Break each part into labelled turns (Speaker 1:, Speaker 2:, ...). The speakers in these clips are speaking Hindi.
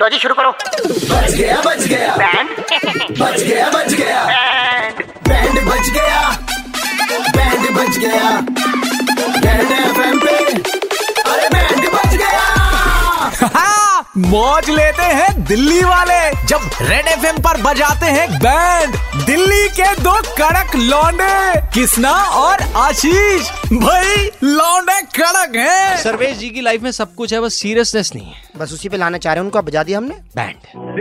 Speaker 1: लो जी शुरू करो
Speaker 2: बच गया बच गया
Speaker 1: बैंड
Speaker 2: बच गया बच गया
Speaker 1: बैंड
Speaker 2: बैंड बच गया बैंड बच गया बैंड एफएम पे अरे बैंड बच गया
Speaker 3: हाँ, मौज लेते हैं दिल्ली वाले जब रेड एफ पर बजाते हैं बैंड दिल्ली के दो कड़क लौंडे किसना और आशीष भाई लौंडे कड़क हैं
Speaker 4: सर्वेश जी की लाइफ में सब कुछ है बस सीरियसनेस नहीं है
Speaker 5: बस उसी पे लाना चाह रहे हैं उनको अब बजा दिया हमने
Speaker 4: बैंड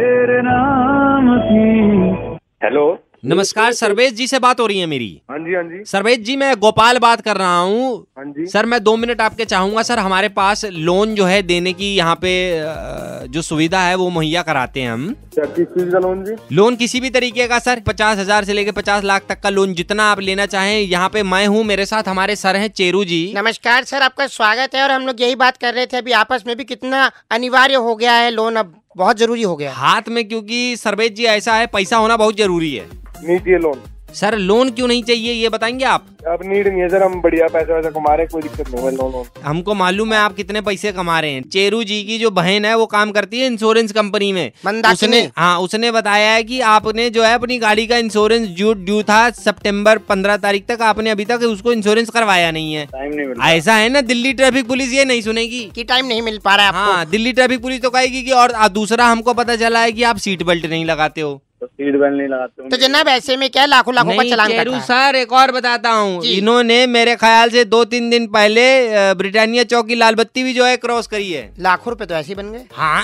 Speaker 6: हेलो
Speaker 4: नमस्कार सर्वेश जी से बात हो रही है मेरी
Speaker 6: हाँ जी हाँ जी
Speaker 4: सर्वेश जी मैं गोपाल बात कर रहा
Speaker 6: हाँ
Speaker 4: हूँ
Speaker 6: जी।
Speaker 4: सर मैं दो मिनट आपके चाहूंगा सर हमारे पास लोन जो है देने की यहाँ पे अ, जो सुविधा है वो मुहैया कराते हैं हम
Speaker 6: क्या किस चीज का लोन जी
Speaker 4: लोन किसी भी तरीके का सर पचास हजार से लेकर पचास लाख तक का लोन जितना आप लेना चाहें यहाँ पे मैं हूँ मेरे साथ हमारे सर हैं चेरू जी
Speaker 5: नमस्कार सर आपका स्वागत है और हम लोग यही बात कर रहे थे अभी आपस में भी कितना अनिवार्य हो गया है लोन अब बहुत जरूरी हो गया है।
Speaker 4: हाथ में क्योंकि सर्वेश जी ऐसा है पैसा होना बहुत जरूरी है
Speaker 6: नहीं चाहिए लोन
Speaker 4: सर लोन क्यों नहीं चाहिए ये बताएंगे आप
Speaker 6: अब नीड नहीं है सर हम बढ़िया पैसा वैसा कमा रहे हैं कोई दिक्कत नहीं है लोन वोन
Speaker 4: हमको मालूम है आप कितने पैसे कमा रहे हैं चेरू जी की जो बहन है वो काम करती है इंश्योरेंस कंपनी में
Speaker 5: मंदाकिनी।
Speaker 4: उसने हाँ उसने बताया है कि आपने जो है अपनी गाड़ी का इंश्योरेंस ड्यू ड्यू था सितंबर पंद्रह तारीख तक आपने अभी तक उसको इंश्योरेंस करवाया नहीं है
Speaker 6: टाइम नहीं मिल
Speaker 4: ऐसा है ना दिल्ली ट्रैफिक पुलिस ये नहीं सुनेगी
Speaker 5: कि टाइम नहीं मिल पा रहा है आपको
Speaker 4: हाँ दिल्ली ट्रैफिक पुलिस तो कहेगी कि और आ, दूसरा हमको पता चला है कि आप सीट बेल्ट नहीं लगाते हो
Speaker 6: तो सीट बेल्ट नहीं लगाते
Speaker 5: तो जनाब ऐसे में क्या लाखों लाखों का
Speaker 4: नहीं,
Speaker 5: चलान
Speaker 4: चेरू
Speaker 5: कटा है।
Speaker 4: सर एक और बताता हूँ
Speaker 5: जी।
Speaker 4: इन्होंने मेरे ख्याल से दो तीन दिन पहले अ, ब्रिटानिया चौक की लाल बत्ती भी जो है क्रॉस करी है
Speaker 5: लाखों रुपए तो ऐसे ही बन गए
Speaker 4: हाँ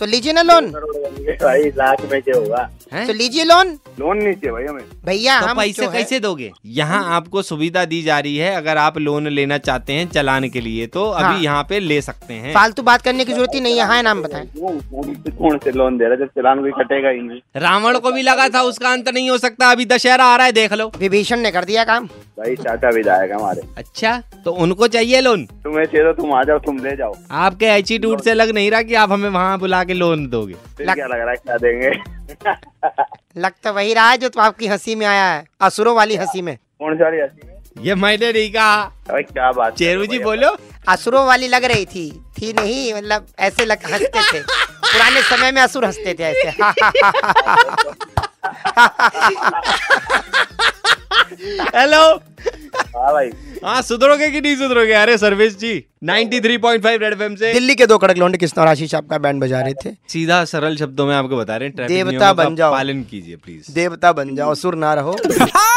Speaker 5: तो लीजिए ना लोन
Speaker 6: भाई लाख में क्या होगा
Speaker 4: हैं?
Speaker 5: तो लीजिए लोन
Speaker 6: लोन नहीं चाहिए भाई हमें
Speaker 5: भैया
Speaker 4: तो
Speaker 5: हम
Speaker 4: पैसे
Speaker 5: जो है-
Speaker 4: कैसे दोगे यहाँ आपको सुविधा दी जा रही है अगर आप लोन लेना चाहते हैं चलान के लिए तो
Speaker 5: हाँ।
Speaker 4: अभी यहाँ पे ले सकते हैं
Speaker 5: फालतू बात करने की जरूरत ही नहीं है हाँ नाम बताएं
Speaker 6: तो कौन से लोन दे रहा है जब चलान कोई कटेगा ही नहीं
Speaker 4: रावण को भी लगा था उसका अंत नहीं हो सकता अभी दशहरा आ रहा है देख लो
Speaker 5: विभीषण ने कर दिया काम
Speaker 6: भाई चाचा भी जाएगा हमारे
Speaker 4: अच्छा तो उनको चाहिए लोन
Speaker 6: तुम्हें चाहिए तो तुम आ जाओ तुम ले जाओ
Speaker 4: आपके एटीट्यूड से लग नहीं रहा कि आप हमें वहाँ बुला के लोन दोगे
Speaker 6: फिर
Speaker 5: लग-
Speaker 6: क्या लग रहा है क्या देंगे
Speaker 5: लग तो वही रहा है जो तो आपकी हंसी में आया है असुरों वाली हंसी में
Speaker 6: कौन सा रही हंसी में
Speaker 4: ये मैंने नहीं कहा
Speaker 6: अरे क्या बात कर रहे हो
Speaker 4: चेरू जी
Speaker 6: भाई
Speaker 4: बोलो
Speaker 5: असुरों वाली लग रही थी थी नहीं मतलब ऐसे लग हंसते थे पुराने समय में असुर हंसते थे ऐसे
Speaker 4: हेलो
Speaker 6: आप। हाँ भाई
Speaker 4: हाँ सुधरोगे कि नहीं सुधरोगे अरे सर्विस जी 93.5 रेड एफएम से
Speaker 5: दिल्ली के दो कड़क लौंडे कृष्णा और आशीष आपका बैंड बजा रहे थे
Speaker 4: सीधा सरल शब्दों में आपको बता रहे हैं ट्रैफिक
Speaker 5: देवता
Speaker 4: नियमों का
Speaker 5: बन जाओ।
Speaker 4: पालन कीजिए प्लीज
Speaker 5: देवता बन जाओ असुर ना रहो
Speaker 3: हाँ,